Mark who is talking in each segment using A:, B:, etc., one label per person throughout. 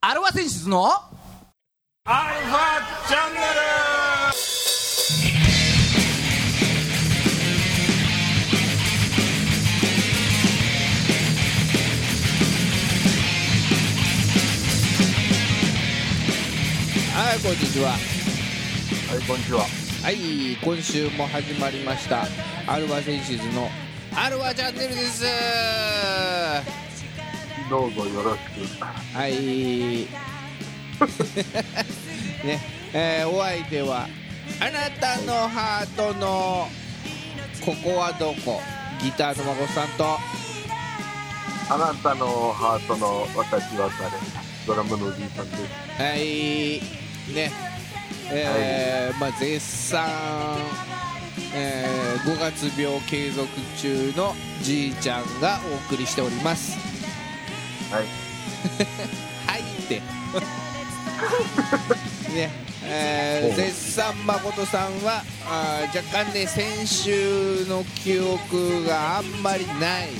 A: アルファ選出の
B: アルファチャンネル
C: はいこんにちは
B: はいこんにちは
C: はい今週も始まりましたアルファセンシズのアルファチャンネルですは
B: どうぞよろしく
C: い ねえーお相手はあなたのハートのここはどこギターの孫さんと
B: あなたのハートの私は誰ドラムのおじいさんです
C: はいねえーまあ絶賛、えー、5月病継続中のじいちゃんがお送りしております
B: はい
C: はいって ねえー絶賛誠さんはあー若干ね先週の記憶があんまりないんで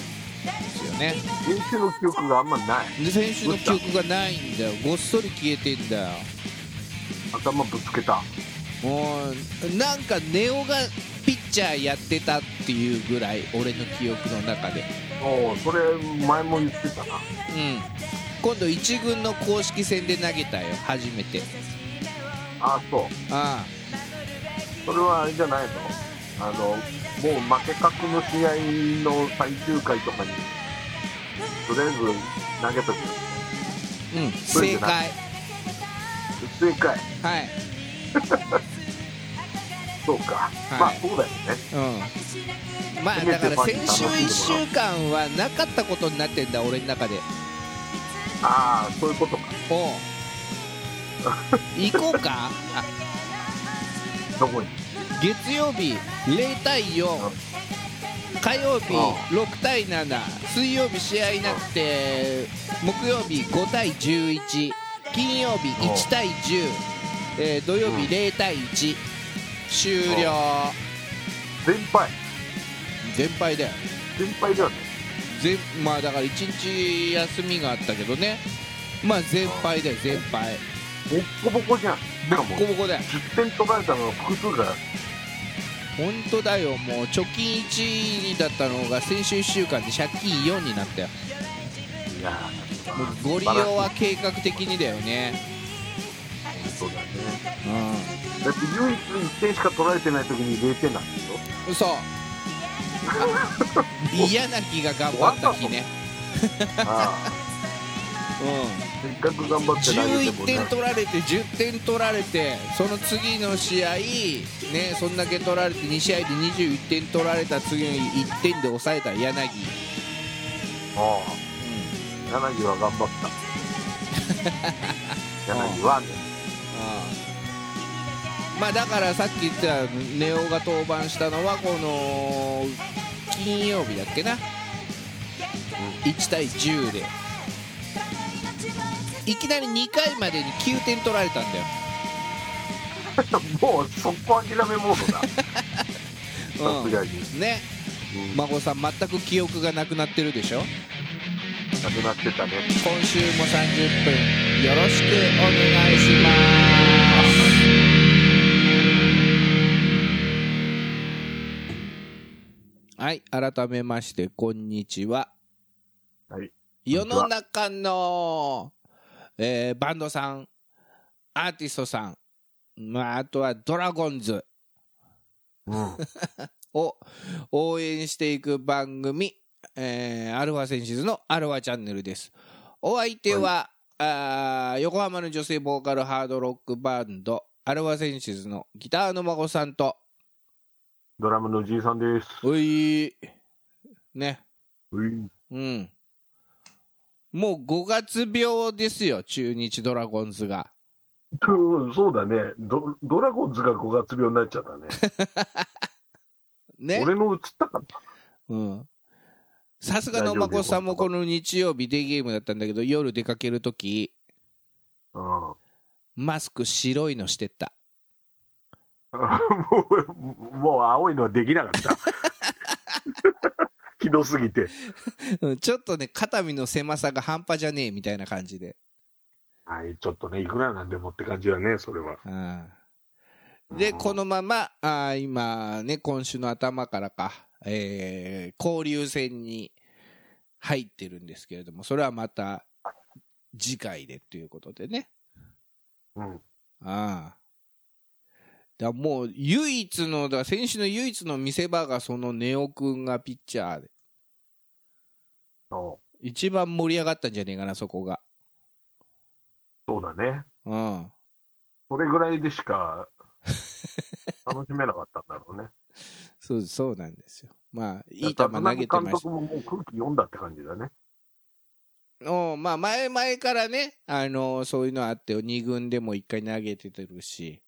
C: すよね
B: 練習の記憶があんまない
C: で先週の記憶がないんだよごっそり消えてんだよ
B: 頭ぶつけた
C: もうなんかネオがピッチャーやってたっていうぐらい俺の記憶の中で
B: おおそれ前も言ってた
C: う
B: な
C: ん今度1軍の公式戦で投げたよ初めて
B: ああそう
C: あ
B: それはあれじゃないのあのもう負け格の試合の最終回とかにとりあえず投げと
C: あ
B: く
C: うん
B: それ
C: 正
B: じゃな
C: 解
B: 正解
C: はい
B: そうか、
C: い
B: まあそうだよね
C: うんまあだから先週1週間はなかったことになってんだ俺の中で
B: ああそういうことか
C: おう行こう かあ
B: どこに
C: 月曜日0対4火曜日
B: う
C: 6対7水曜日試合なくて木曜日5対11金曜日
B: うん
C: 1対10、えー土曜日0対1終了
B: 全敗
C: 全敗だよ
B: 全敗ではない
C: 全まあだから1日休みがあったけどねまあ全敗だよ全敗
B: ボッコボコじゃんしかも
C: ボコボコだよ
B: 10点取られたのが複数だよ
C: 本当だよもう貯金1だったのが先週1週間で借金4になったよ
B: いや
C: もうご利用は計画的にだよね
B: そうだね
C: う
B: だって唯一1点しか取られてない時に0点なんで しょ
C: ん嘘あ嫌な気が頑張った日ね
B: ああ
C: う
B: せっかく頑張
C: ん
B: って投げて
C: 11
B: も
C: 点
B: ね
C: 取られて10点取られてその次の試合ねそんだけ取られて2試合で21点取られた次に1点で抑えた柳、
B: ああ柳は頑張った 柳はね
C: まあだからさっき言ってたネオが登板したのはこの金曜日だっけな、1対10でいきなり2回までに9点取られたんだよ、
B: もうそこ諦めモードださすがに、
C: うん、ね
B: うん
C: 孫さん全く記憶がなくなってるでしょ
B: なくなってたね
C: 今週も30分よろしくお願いしますはい改めましてこんにちは
B: はい
C: 世の中の、えーバンドさんアーティストさん、まあ、あとはドラゴンズ
B: うん
C: を応援していく番組、えーアルファセンシズのアルファチャンネルです。お相手は、あー横浜の女性ボーカルハードロックバンド、アルファセンシズのギターの孫さんと、
B: ドラムのじいさん です
C: おいね、
B: うん
C: うん。もう5月病ですよ、中日ドラゴンズが。
B: そうだねドドラゴンズが5月病になっちゃったね
C: ね。
B: 俺の映ったかった
C: うんさすがのまこさんもこの日曜日デーゲームだったんだけど、夜出かけるとき、
B: うん
C: マスク白いのしてった。
B: もうもう青いのはできなかった ひどすぎて
C: うんちょっとね、肩身の狭さが半端じゃねえみたいな感じで。
B: はい、ちょっとね、いくらなんでもって感じだね、それは。
C: うんで、このまま、あー今ね、今週の頭からか、えー交流戦に入ってるんですけれども、それはまた次回でということでね。
B: うん。
C: ああだからもう唯一の、だから先週の唯一の見せ場がそのネオくんがピッチャーで、
B: そう
C: 一番盛り上がったんじゃねえかな、そこが。
B: そうだね。
C: うん。
B: それぐらいでし か楽しめなかったんだろうね。
C: そう、そうなんですよ。まあ、いい球投げて
B: 監
C: ました
B: 督。ももう空気読んだって感じだね。
C: おまあ、前々からね、あのそういうのあってよ、2軍でも1回投げててるし、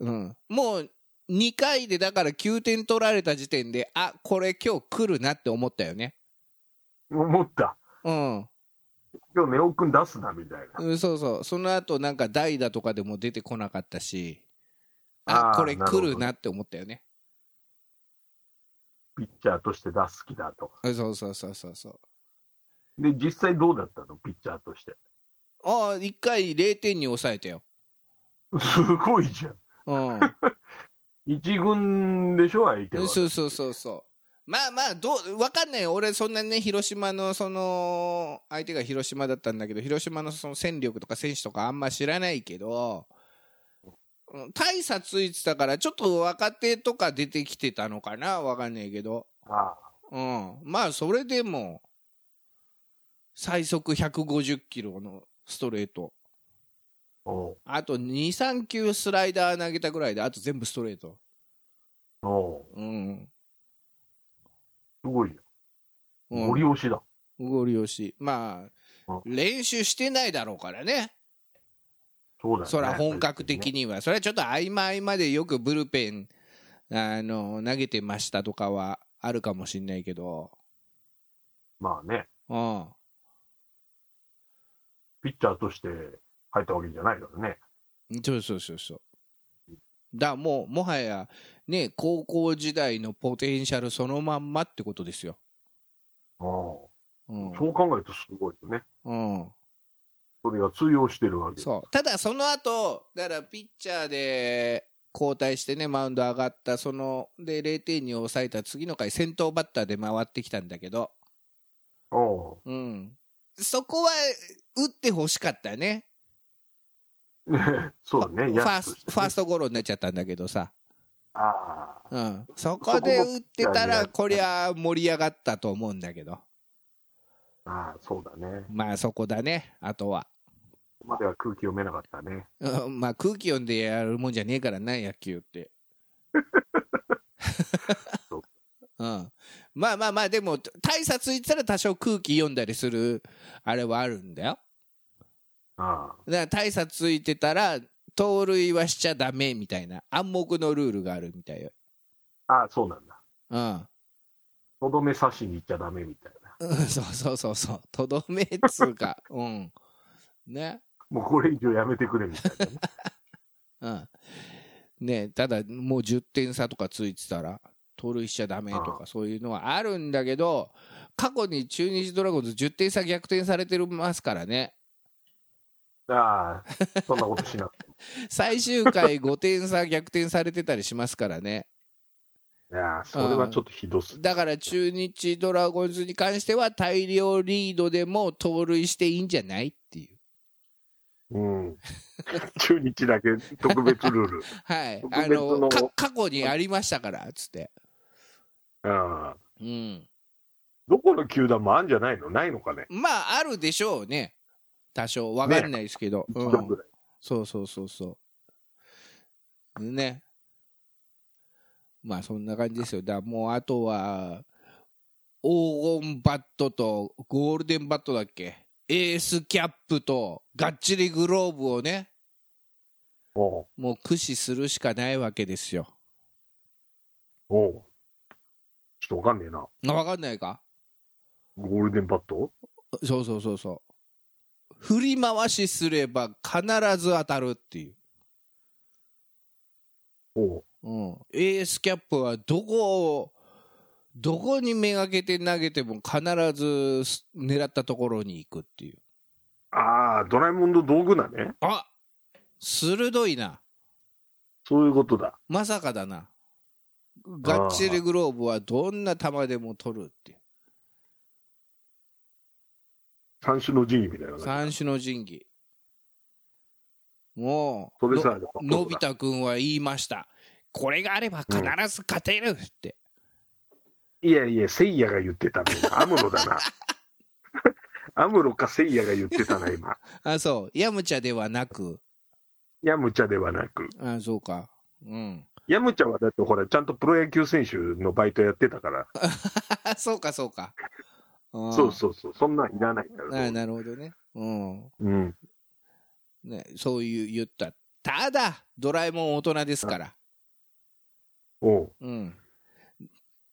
C: うん、もう2回でだから9点取られた時点で、あこれ、今日来るなって思ったよね。
B: 思った。
C: うん、
B: 今日ネオ君出すなみたいな。
C: うんそうそう、その後なんか代打とかでも出てこなかったし、あ
B: あー
C: これ
B: なるほ
C: 来
B: ど
C: るなって思ったよね。
B: ピッチャーとして出す気だと。
C: うんそうそうそうそうそう。
B: で、実際どうだったのピッチャーとして。
C: ああ、1回0点に抑えたよ。
B: すごいじゃん。
C: うん
B: 一軍でしょ、相手は。
C: そうそうそうそうまあまあどうわかんないよ俺そんなね広島のその相手が広島だったんだけど広島のその戦力とか選手とかあんま知らないけどうん大差ついてたからちょっと若手とか出てきてたのかなわかんないけど、
B: ああ
C: うん、まあそれでも最速150キロのストレート
B: おう
C: あと23球スライダー投げたぐらいであと全部ストレート、
B: おう
C: うん
B: すごいよ。
C: うん、
B: 森押しだ。
C: ご利用し、まあ
B: あ、
C: 練習してないだろうからね、
B: そうだよね。
C: そら本格的
B: に。
C: には、それはちょっと合間合間でよくブルペンあの投げてましたとかはあるかもしれないけど、
B: まあね、
C: うん、
B: ピッチャーとして入ったわけじゃないからね。
C: そうそうそうそう。だからもう、もはや、ね、高校時代のポテンシャルそのまんまってことですよ。
B: お
C: う
B: うんそう考えるとすごいよね。
C: うん
B: それが通用してるわけ。
C: そうただその後だからピッチャーで交代してねマウンド上がったそので0点に抑えた次の回先頭バッターで回ってきたんだけど、
B: お
C: うん、そこは打ってほしかったね
B: う そうだね。
C: ファファ
B: や
C: ー
B: つ
C: ス
B: としてね
C: ファーストゴロになっちゃったんだけどさ、
B: ああ、
C: うん、そこで打ってたらこりゃ盛り上がったと思うんだけど
B: ああ、そうだね。
C: まあそこだねあとは、
B: ここまでは空気読めなかったね。
C: うん、まあ空気読んでやるもんじゃねえからな野球って。
B: そう
C: うん、まあまあまあでも大差ついてたら多少空気読んだりするあれはあるんだよ
B: あ
C: だから大差ついてたら盗塁はしちゃダメみたいな暗黙のルールがあるみたいよ、
B: あ、ああそうなんだ。
C: うん、
B: とどめ刺しに行っちゃダメみたいな。
C: うんそうそうそうそうとどめっつうかうんね
B: もうこれ以上やめてくれみたいなね。
C: うんねただもう10点差とかついてたら盗塁しちゃダメとかそういうのはあるんだけど過去に中日ドラゴンズ10点差逆転されてますからね
B: ああ、そんなことしなくても。
C: 最終回5点差逆転されてたりしますからね
B: いやあそれはちょっとひどすぎる
C: だから中日ドラゴンズに関しては大量リードでも盗塁していいんじゃないっていう
B: うん。 中日だけ特別ルール。
C: はい
B: 特
C: あ
B: 別の
C: のか過去にありましたからつって
B: ああ
C: うん
B: どこの球団もあんじゃないのないのかね、
C: まああるでしょうね多少わかんないですけど、う
B: 一
C: ん
B: 度ぐらい
C: そうそうそうそう。ね。まあそんな感じですよ。だからもうあとは、黄金バットとゴールデンバットだっけエースキャップとがっちりグローブをね、
B: おう
C: もう駆使するしかないわけですよ。
B: おうちょっとわかんねえな。
C: あわかんないか
B: ゴールデンバット
C: そうそうそうそう。振り回しすれば必ず当たるっていう。
B: おう
C: うん、エースキャップはどこをどこにめがけて投げても必ずす狙ったところに行くっていう、
B: ああ、ああ、ドラえもんの道具だね。
C: あ鋭いな。
B: そういうことだ。
C: まさかだな。ガッチリグローブはどんな球でも取るっていう。
B: 三種の神器みたいなね。
C: 三種の神器。もう、
B: それさえ
C: ののび太くんは言いました。これがあれば必ず勝てるって。
B: いやいや、せいやが言ってたね。アムロ だな。アムロかせいやが言ってたな、今。
C: あ、そう。ヤムチャではなく。
B: ヤムチャではなく。
C: あ、そうか。うん。
B: ヤムチャはだってほら、ちゃんとプロ野球選手のバイトやってたから。
C: あ、そうか、そうか。あー
B: そうそうそう。そんなんいらないから。
C: あなるほどね。うん。
B: うん。
C: ね、そういう言った。ただ、ドラえもん大人ですから。
B: おう
C: うん。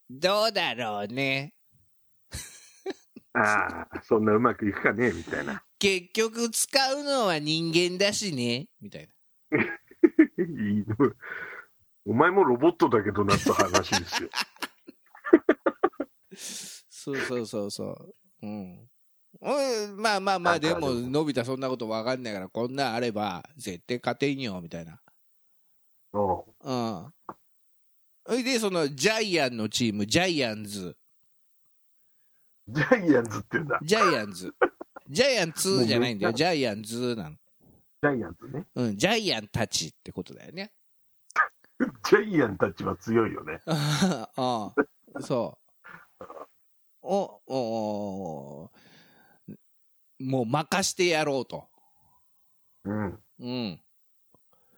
C: どうだろうね。
B: ああ、そんなうまくいくかね、みたいな。
C: 結局使うのは人間だしね。みたいな。
B: いいのお前もロボットだけどなった話です よ。
C: そうそうそうそう。うん。うんまあまあまあ、
B: なんか
C: で
B: ある
C: も、のび太そんなことわかんないから、こんなんあれば、絶対勝てんよ、みたいな。
B: おう
C: うん。それで、その、ジャイアンのチーム、ジャイアンズ。
B: ジャイアンツって言うんだ。
C: ジャイアンズ。ジャイアンツーじゃないんだよ。ジャイアンズーなの。
B: ジャイアンツね。
C: うん、ジャイアンたちってことだよね。
B: ジャイアンたちは強いよね。
C: ああ、そう。お、お、おもう任してやろうと。
B: うん。
C: うん。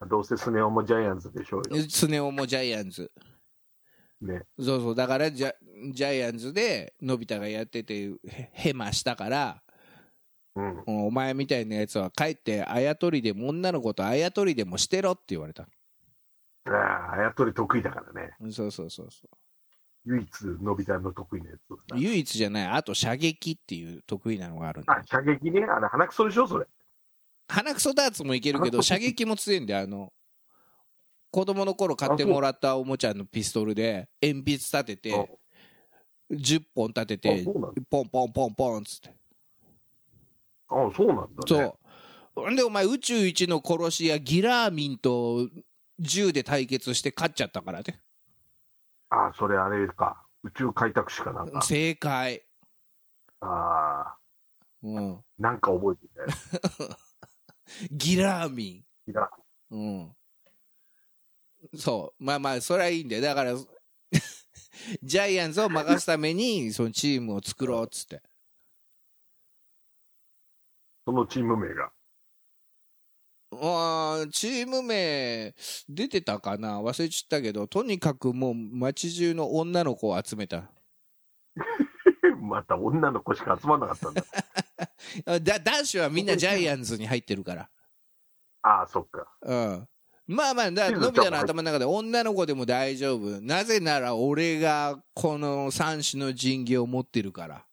B: どうせスネ夫もジャイアンツでしょうよ。
C: スネ夫もジャイアンズ。
B: ね。
C: そうそう、だからジャジャイアンズで、のび太がやってて、へヘマしたから、
B: うん。
C: お前みたいなやつは帰って、あやとりでも女の子とあやとりでもしてろって言われた。
B: ああ、あやとり得意だからね。
C: うんそうそうそうそ
B: 唯一、のび太の得意なやつ
C: う。。唯一じゃない、あと射撃っていう得意なのがあるんだよ
B: あ、射撃ね。あれ、鼻くそでしょ、それ。
C: 鼻くそダーツもいけるけ ど、
B: 鼻くそ
C: 射撃も強いんで、あの、子供の頃買ってもらったおもちゃのピストルで、鉛筆立て
B: あ
C: て、10本立て
B: あ
C: て
B: そうなんだ、
C: ポンポンポンポンっつって。
B: あそうなんだね。
C: そう。んで、お前、宇宙一の殺し屋、ギラーミンと銃で対決して勝っちゃったからね。
B: あそれあれか。宇宙開拓士かなんか。
C: 正解。
B: ああ、
C: うん。
B: なんか覚えてたよ。
C: ギラーミン。
B: いら
C: うん。そう。まあまあ、それはいいんだよ。だから、 ジャイアンツを任すために、そのチームを作ろうっつって。
B: そのチーム名が。
C: あーチーム名、出てたかな忘れちゃったけど、とにかくもう街中の女の子を集めた。
B: また女の子しか集まんなかったんだ。
C: あだ男子はみんなジャイアンツに入ってるから。
B: ああ、そっか。
C: うん。まあまあ、だ
B: チー
C: の
B: ム
C: び太の頭の中で女の子でも大丈夫。なぜなら俺がこの三種の神器を持ってるから。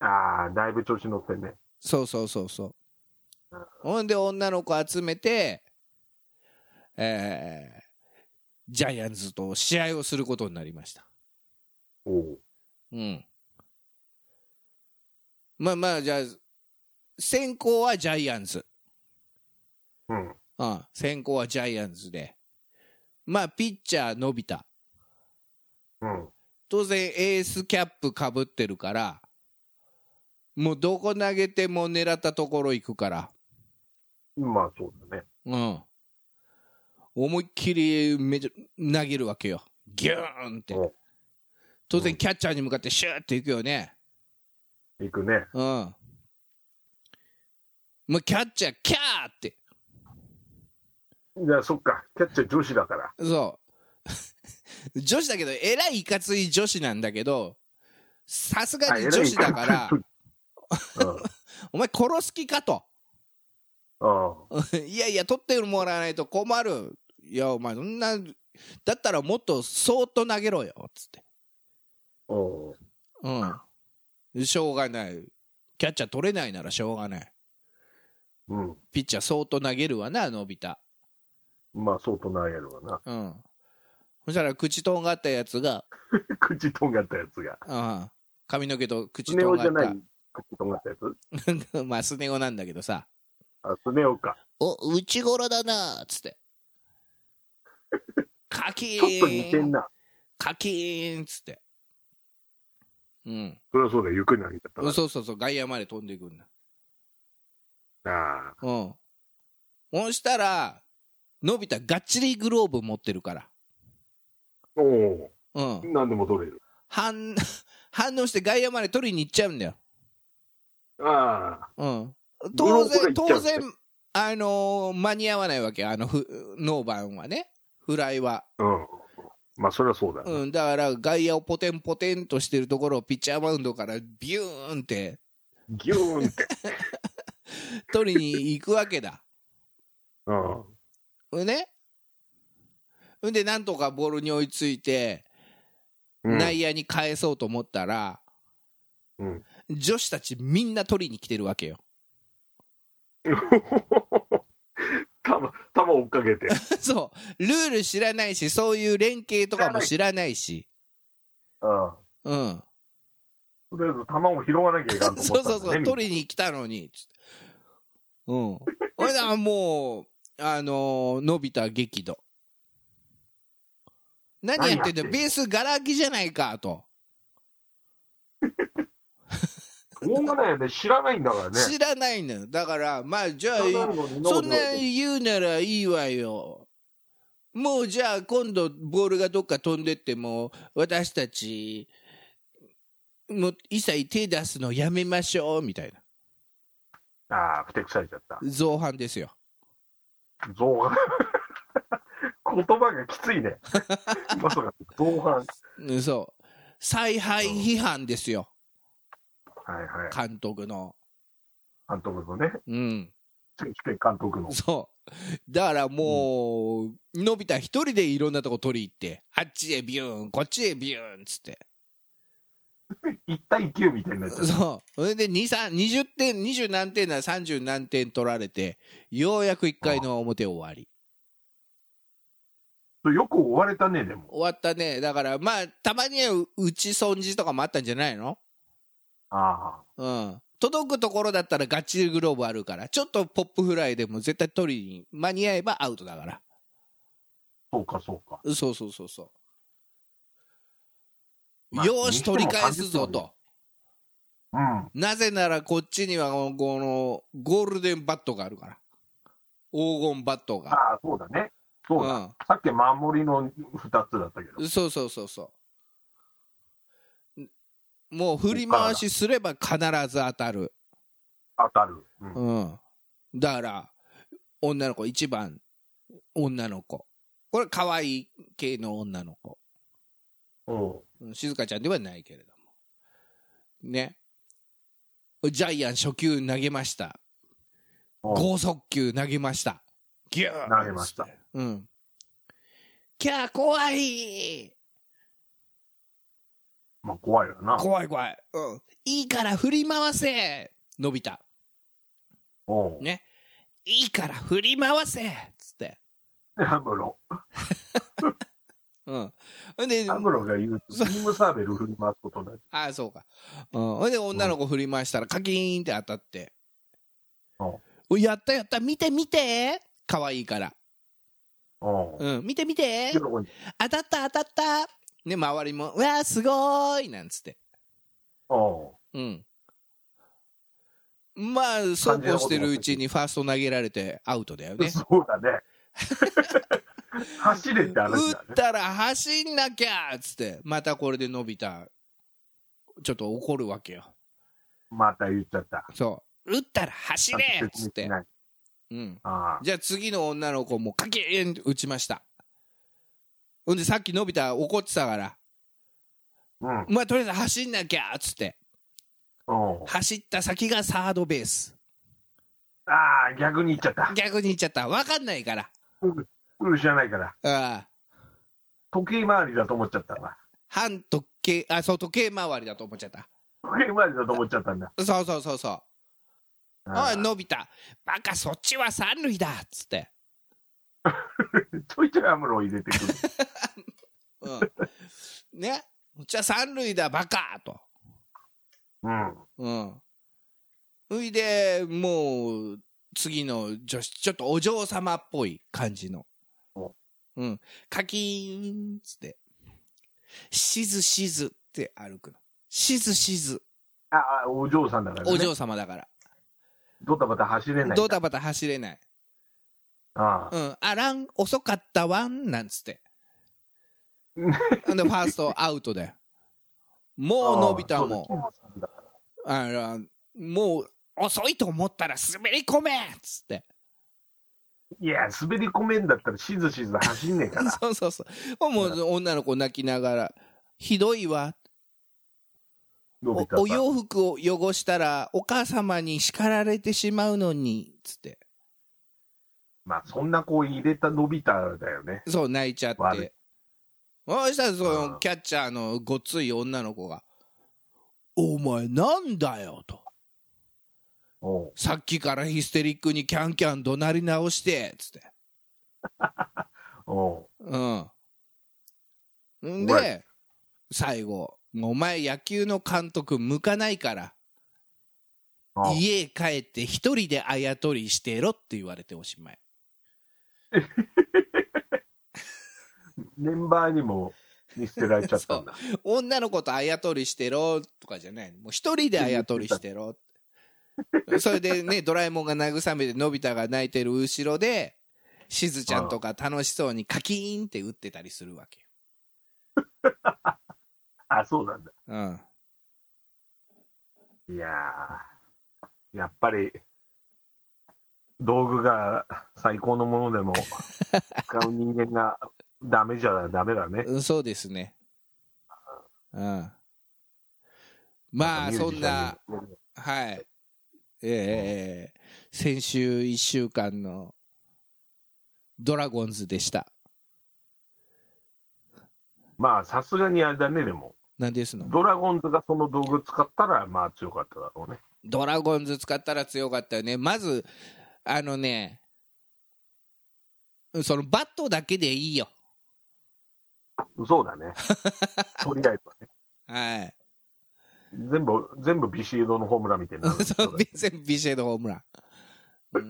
B: ああ、だいぶ調子乗ってんね。。
C: そうそうそうそううんほんで女の子集めて、えージャイアンツと試合をすることになりました。
B: おお。
C: うん。まあまあ、じゃあ、先行はジャイアンツ。
B: うん。
C: うん、先行はジャイアンツで。まあ、ピッチャー、のび太。
B: うん。
C: 当然、エースキャップかぶってるから、もうどこ投げても狙ったところ行くから。
B: まあ、そうだね。
C: うん。思いっきりめじゃ投げるわけよ。ギューンって
B: お。
C: 当然、キャッチャーに向かってシューっていくよね。
B: 行くね。
C: うん。もうキャッチャー、キャーって。
B: じゃあ、そっか。キャッチャー女子だから。
C: そう。 女子だけど、えらいいかつい女子なんだけど、さすが
B: あ
C: に
B: 偉い
C: 女子だから、
B: うん。
C: お前殺す気かと。
B: ああ。
C: いやいや、取ってもらわないと困る。いや、お前、そんな、だったらもっとそーっと投げろよ、つって。
B: おお。
C: うん。しょうがない。キャッチャー取れないならしょうがない。
B: うん。
C: ピッチャーそーっと投げるわな、のび太。
B: まあ、そうとなんやろうな。
C: うん。そしたら、口とんがったやつが、
B: 口とんがったやつが。
C: うん。髪の毛と口
B: スネ
C: とん
B: 夫
C: が
B: じゃ
C: った
B: ない。口とがったや つ
C: まあスネ夫なんだけどさ
B: あ、スネ夫か。
C: 「おうちごろだな」っつって「カキ
B: ちょっと似て
C: ー
B: ん
C: ン
B: な。
C: カキーン」っつってうん
B: そりゃそうだよ、ゆっくり投げちゃったから
C: そうそうそう外野まで飛んでいくんだ
B: ああ
C: うんそしたらのび太がっちりグローブ持ってるから
B: おお
C: うん
B: う、何でも取れる。
C: 反 反応して外野まで取りに行っちゃうんだよ。
B: ああ、
C: うん、
B: ブロ
C: 当
B: ック
C: 然、
B: が行っちゃ
C: 当
B: うんですね
C: 然、あのー間に合わないわけ、あのフノーバンはね、フライは。
B: うん。まあ、そりゃそうだよね、
C: うん、だから外野をポテンポテンとしてるところをピッチャーマウンドからビューンって
B: ギューンって。
C: 取りに行くわけだ。
B: うん。
C: ね。んで、なんとかボールに追いついて、
B: うん、
C: 内野に返そうと思ったら、
B: うん。
C: 女子たちみんな取りに来てるわけよ。
B: たま、たま追っかけて。
C: そう、ルール知らないし、そういう連携とかも知らないし。
B: うん。
C: うん、
B: とりあえず球を拾わなきゃいかんと
C: そ
B: 思
C: う
B: った
C: そ
B: ん
C: う
B: だ
C: そう、
B: ね。
C: 取りに来たのに。つってうん。ほいだらもう、あのーのび太激怒。何やってんだよ、
B: 何
C: ベースがら空きじゃないかと。
B: みんなしょうがないよね。知らないんだからね。
C: 知らないのよ。だから、まあ、じゃあ、
B: 知らないのに
C: そんな
B: なんで
C: 言うならいいわよ。もうじゃあ今度ボールがどっか飛んでっても私たちもう一切手出すのやめましょうみたいな
B: ああ、ふてくされちゃった。
C: 造反ですよ。
B: 造反。 言葉がきつ いね。まさか、造反。はい
C: うんそう采配批判ですよ
B: はい。
C: 監督の
B: 監督のね、
C: うん
B: 選手権監督の。
C: そうだからもう、のび太一人でいろんなとこ取り行ってあっちへビューンこっちへビューンっつって
B: 1対9みたいになっちゃった。
C: そうそれで2 3 20点20何点なら30何点取られてようやく1回の表終わり
B: それよく追われたね、でも。
C: 終わったねだからまあたまにはう打ち損じとかもあったんじゃないの
B: あ
C: うん届くところだったらガッチリグローブあるからちょっとポップフライでも絶対取りに間に合えばアウトだから
B: あ、そうかそうか。
C: そうそうそうそう。
B: まあ
C: よーし、取り返すぞと。
B: うん。
C: なぜならこっちにはこのこのゴールデンバットがあるから。黄金バットが。
B: ああ、そうだね。そうだ。
C: うん
B: さっき守りの2つだったけど。
C: そうそうそうそう。もう振り回しすれば必ず当たる。
B: 当たる。うん。
C: うん。だから、女の子1番、女の子。これ、可愛い系の女の子。
B: おう
C: うん静香ちゃんではないけれども。ね。ジャイアン初球投げました。
B: おう
C: 剛速球投げました。ギュー
B: 投げました。
C: うん。キャー怖い
B: まあ、怖いよな。
C: 怖い怖い。うん。いいから振り回せ伸びた。
B: おう
C: ね。いいから振り回せつって。
B: アムロ。
C: うん。ほんで、
B: アムロが言うと、ビームサーベル振り回すことになる。
C: ああ、そうか。うん。ほんで、女の子振り回したら、カキーンって当たって。
B: お
C: おやったやった見て見て可愛いから。
B: おう
C: うん。見て見て
B: 喜んで
C: 当たった当たったね周りも「うわーすごーい!」なんつって
B: おう
C: うんまあそうこうしてるうちにファースト投げられてアウトだよ ね
B: そうだね。走れって話だ
C: 打っ
B: ね。
C: たら走んなきゃっつってまたこれで伸びたちょっと怒るわけよ
B: また言っちゃった。
C: そう打ったら走れっつっ、
B: 説明してない
C: うん、
B: ああ
C: じゃあ次の女の子もカキーンって打ちましたほんでさっき伸びた怒ってたから
B: うん。
C: まあとりあえず走んなきゃっつって
B: おう
C: 走った先がサードベース
B: ああ、逆に言っちゃった。
C: 逆に言っちゃった分かんないから
B: うん、知らないから。
C: ああ
B: 時計回りだと思っちゃったわ。
C: 反時計あそう時計回りだと思っちゃった
B: 時計回りだと思っちゃったんだ。
C: そうそうそうそう
B: あ
C: あ
B: あ
C: 伸びたバカそっちは三塁だっつって、
B: ちょいちょいアムロを入れて くる。
C: うん、ねじゃあ三塁だバカと、
B: うん。
C: うん、そいでもう次の女子ちょっとお嬢様っぽい感じの
B: お
C: うんカキーンっつってしずしずって歩くのしずしず
B: ああ、お嬢さんだから、ね。
C: お嬢様だから
B: ドタバタ走れないんだ。
C: ドタバタ走れない
B: ああ。
C: うん、あらん、遅かったわん、なんつって。
B: うん
C: ほんで、ファーストアウトだよ。もう伸びたもん。
B: ああそうだ
C: あら、もう遅いと思ったら滑り込めっつって。
B: いや、滑り込めんだったらしずしず走んねえから。
C: そうそうそう。もう女の子泣きながら、ひどいわ。
B: 伸び た
C: おお洋服を汚したらお母様に叱られてしまうのに、つって。
B: まあ、そんな子入れた伸びただよね。
C: そう、泣いちゃっ
B: 悪い
C: て。そしたら、そ
B: うん
C: のキャッチャーのごっつい女の子が、お前なんだよ、と。
B: おう
C: さっきからヒステリックにキャンキャン怒鳴り直して、つって。
B: お
C: うん。ん
B: お
C: で
B: い、
C: 最後、お前野球の監督向かないから、
B: うおう
C: 家へ帰って一人であやとりしてろって言われておしまい。
B: メンバーにも見捨てられち ゃったんだ。
C: 女の子とあやとりしてろとかじゃない。もう一人であやとりしてろって。それでね、ドラえもんが慰めてのび太が泣いてる後ろで、しずちゃんとか楽しそうにカキーンって打ってたりするわけ。
B: あ、そうなんだ。
C: うん。
B: いやー、やっぱり、道具が最高の ものでも、使う人間がダメじゃダメだね。
C: うん、そうですね。うん。まあ、そんな、。はい。ええええ先週1週間のドラゴンズでした。
B: まあ、さすがにあれだね、でも。
C: なんですの
B: ドラゴンズがその道具使ったら、まあ強かっただろうね。
C: ドラゴンズ使ったら強かったよね。まず、あのね、そのバットだけでいいよ。
B: そう だね。とりあえずはね。
C: はい。
B: 全部、全部ビシエドのホームランみたいになる。
C: そう、ビンセン・ビシェードホームラン。 う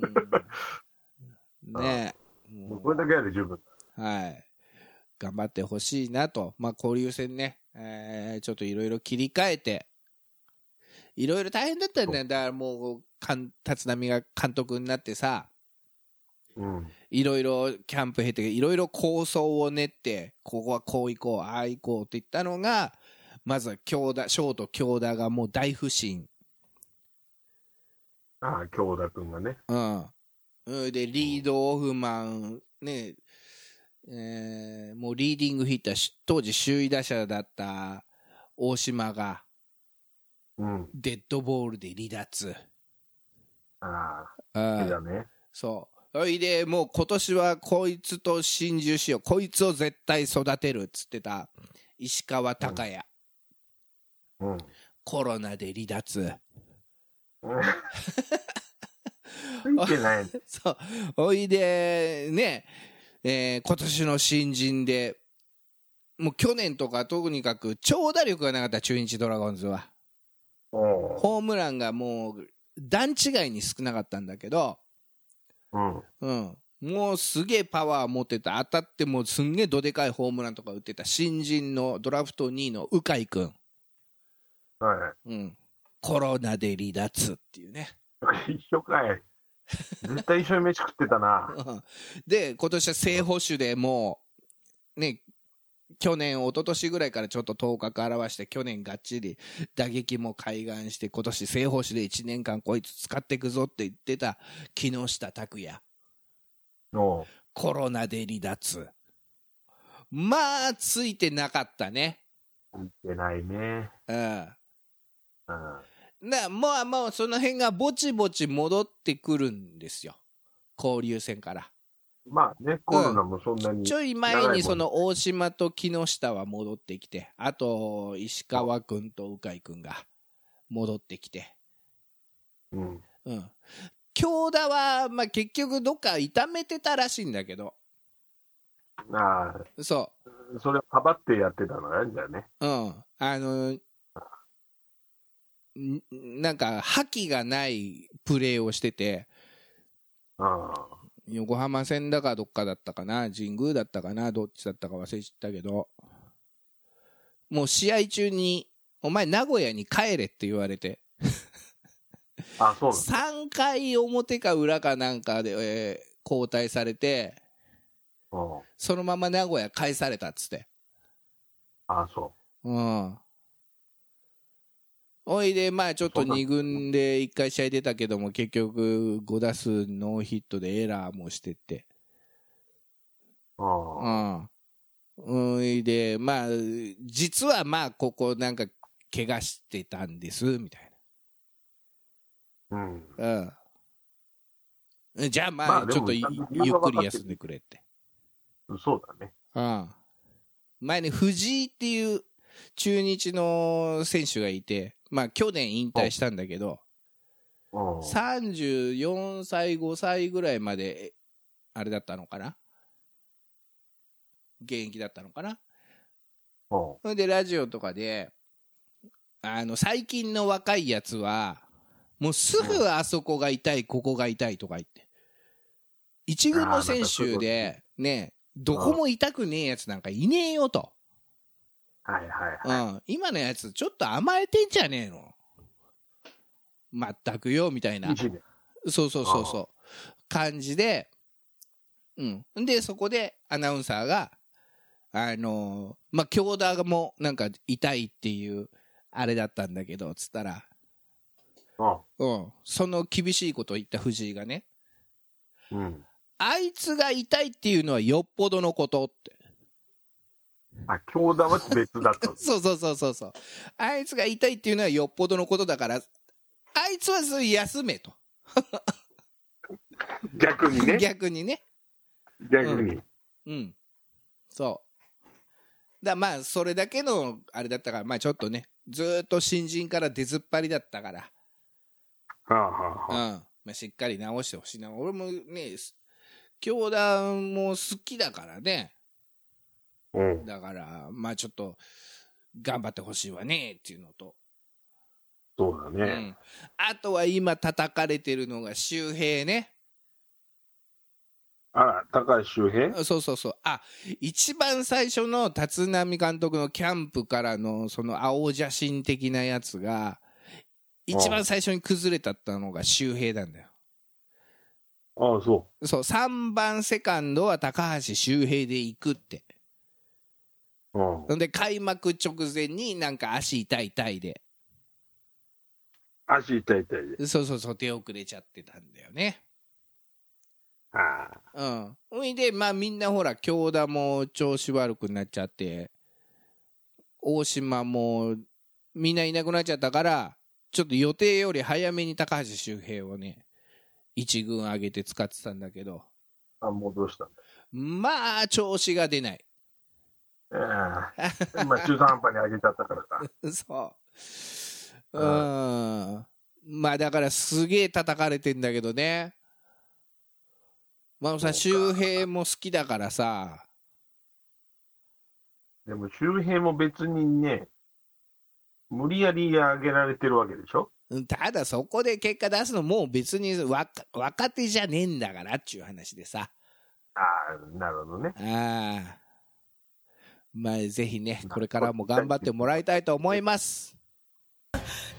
C: ん、ねえ。もう
B: これだけやで十分。
C: はい、頑張ってほしいなと、まあ、交流戦ね、えーちょっといろいろ切り替えて、いろいろ大変だったんだよ、だからもう、かん立浪が監督になってさ、
B: うん。
C: いろいろキャンプ経て、いろいろ構想を練って、ここはこう行こう、ああ行こうって言ったのが、まずは京田、ショート京田がもう大不振。
B: ああ、京田君がね。
C: うん。うんで、リード・オフマン、ね、えーもうリーディングヒッターし、当時首位打者だった大島が、
B: うん。
C: デッドボールで離脱。
B: あ
C: う
B: あ、
C: ん
B: だね。
C: そう。そいで、もう今年はこいつと心中しよう。こいつを絶対育てるっつってた、石川昂也。
B: うん。
C: コロナで離脱。
B: ついてな いね。
C: そう。おいで、ね、えー今年の新人で、もう去年とかとにかく長打力がなかった中日ドラゴンズは。
B: おう
C: ホームランがもう段違いに少なかったんだけど、
B: うん。
C: うん。もうすげえパワー持ってた。当たってもうすんげえどでかいホームランとか打ってた新人のドラフト2位の鵜飼君。
B: は
C: うん。コロナで離脱っていうね。
B: い。一緒かい。絶対一緒に飯食ってた な。
C: うんで今年は正捕手でもうね去年一昨年ぐらいからちょっと頭角現して去年がっちり打撃も開眼して今年正捕手で1年間こいつ使ってくぞって言ってた木下拓哉
B: おう
C: コロナで離脱まあついてなかったね
B: ついてないね。
C: うん
B: うん。
C: なまあまあその辺がぼちぼち戻ってくるんですよ交流戦から
B: まあね、コロナもそんなに。
C: ちょい前にその大島と木下は戻ってきて、あと石川君と鵜飼君が戻ってきて、
B: うん。
C: うん。京田は、まあ、結局どっか痛めてたらしいんだけど、
B: あ
C: そ
B: あ、それをかばってやってたのなんじゃね。
C: う、うん。あの、んなんか覇気がないプレーをしてて
B: ああ。
C: 横浜戦だかどっかだったかな神宮だったかなどっちだったか忘れちゃったけどもう試合中に「お前名古屋に帰れ」って言われて
B: あ、そうなん
C: 3
B: だ。
C: 回表か裏かなんかで、えー交代されて
B: うん。
C: そのまま名古屋返されたっつって
B: あ、そ
C: うんおいでまあちょっと
B: そうなんだ
C: 2軍で1回試合出たけども結局5打数ノーヒットでエラーもしてって
B: う。うん。うん。
C: うん、うん、で、まあ、実はまあ、ここなんか、怪我してたんです、みたいな。うん。じゃあま
B: ま
C: あ、
B: あでも
C: ちょっとい
B: ちゃんと理
C: ゆ
B: 由
C: っ
B: が
C: く
B: 分かってる
C: り休んでくれって。
B: そうだね。
C: うん。前ね、藤井っていう中日の選手がいて、まあ、去年引退したんだけど、
B: うん。
C: 34歳、5歳ぐらいまで、あれだったのかな現役だったのかな
B: うん。
C: それでラジオとかであの最近の若いやつはもうすぐあそこが痛いここが痛いとか言って一軍の選手でねどこも痛くねえやつなんかいねえよと、
B: はいはいうはい。
C: ん、今のやつちょっと甘えてんじゃねえのまったくよみたいな
B: 一年。
C: そうそうそうそう感じで、うん、でそこでアナウンサーがあのーまあ京田もなんか痛いっていうあれだったんだけどつったら、
B: う
C: うん、その厳しいことを言った藤井がね
B: ん。うん。
C: あいつが痛いっていうのはよっぽどのことって
B: あ、強打は別だったんだ。
C: そうそうそうそうそうあいつが痛いっていうのはよっぽどのことだからあいつはそれ休めと
B: 逆にね。
C: 逆にね
B: 逆に。
C: うん。そう。だまあ、それだけのあれだったから、まあちょっとね、ずーっと新人から出ずっぱりだったから、う
B: はあ
C: ん。
B: はあはあ。
C: まあ、しっかり直してほしいな。俺もね、す教団も好きだからね。
B: うん。
C: だから、まあちょっと、頑張ってほしいわね、っていうのと。
B: そう
C: う
B: だね。
C: ん。あとは今叩かれてるのが周平ね。
B: あら、高橋周 平
C: そうそうそう。あ、一番最初の立浪監督のキャンプからのその青写真的なやつが、一番最初に崩れたったのが周平なんだよ。
B: ああ、そ
C: そう、3番セカンドは高橋周平で行くって。
B: う。うん。
C: んで、開幕直前になんか足痛い痛いで。
B: 足痛い痛いで。
C: そうそうそう、手遅れちゃってたんだよね。
B: ああ。
C: うん。ほいで、まあみんなほら、京田も調子悪くなっちゃって、大島もみんないなくなっちゃったから、ちょっと予定より早めに高橋周平をね、一軍上げて使ってたんだけど、
B: あ、戻したん
C: まあ調子が出ない。
B: だ。え え。今、中途半端に上げちゃったからさ。
C: そう。うん。まあだからすげえ叩かれてんだけどね。まあさ、
B: そう
C: 周
B: か
C: 平も好きだからさ、
B: でも周平も別にね、無理やり上げられてるわけでしょ
C: ただそこで結果出すのもう別に若若手じゃねえんだからっていう話でさ
B: ああ、なるほどね。
C: あーまあぜひねこれからも頑張ってもらいたいと思います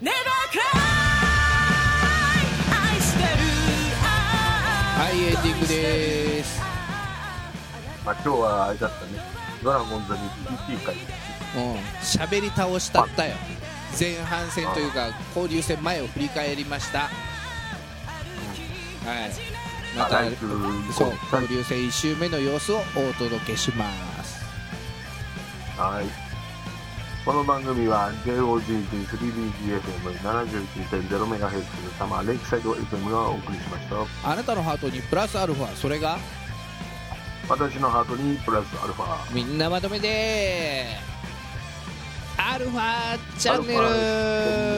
A: Never cry 愛してる
C: はいエンディングです
B: まあ今日はあれだったね。ドラゴンズに PPT 会。
C: うん喋り倒したったよ前半戦というか交流戦前を振り返りましたはいま
B: まあ
C: た
B: 来週
C: そう
B: は
C: 交流戦1周目の様子をお届けします
B: い。この番組は JOGG3BGFM79.0MHz たまレイクサイド FM がお送りしました。
C: あなたのハートにプラスアルファそれが
B: 私のハートにプラスアルファ。
C: みんなまとめてアルファチャンネル
B: アルファチャンネ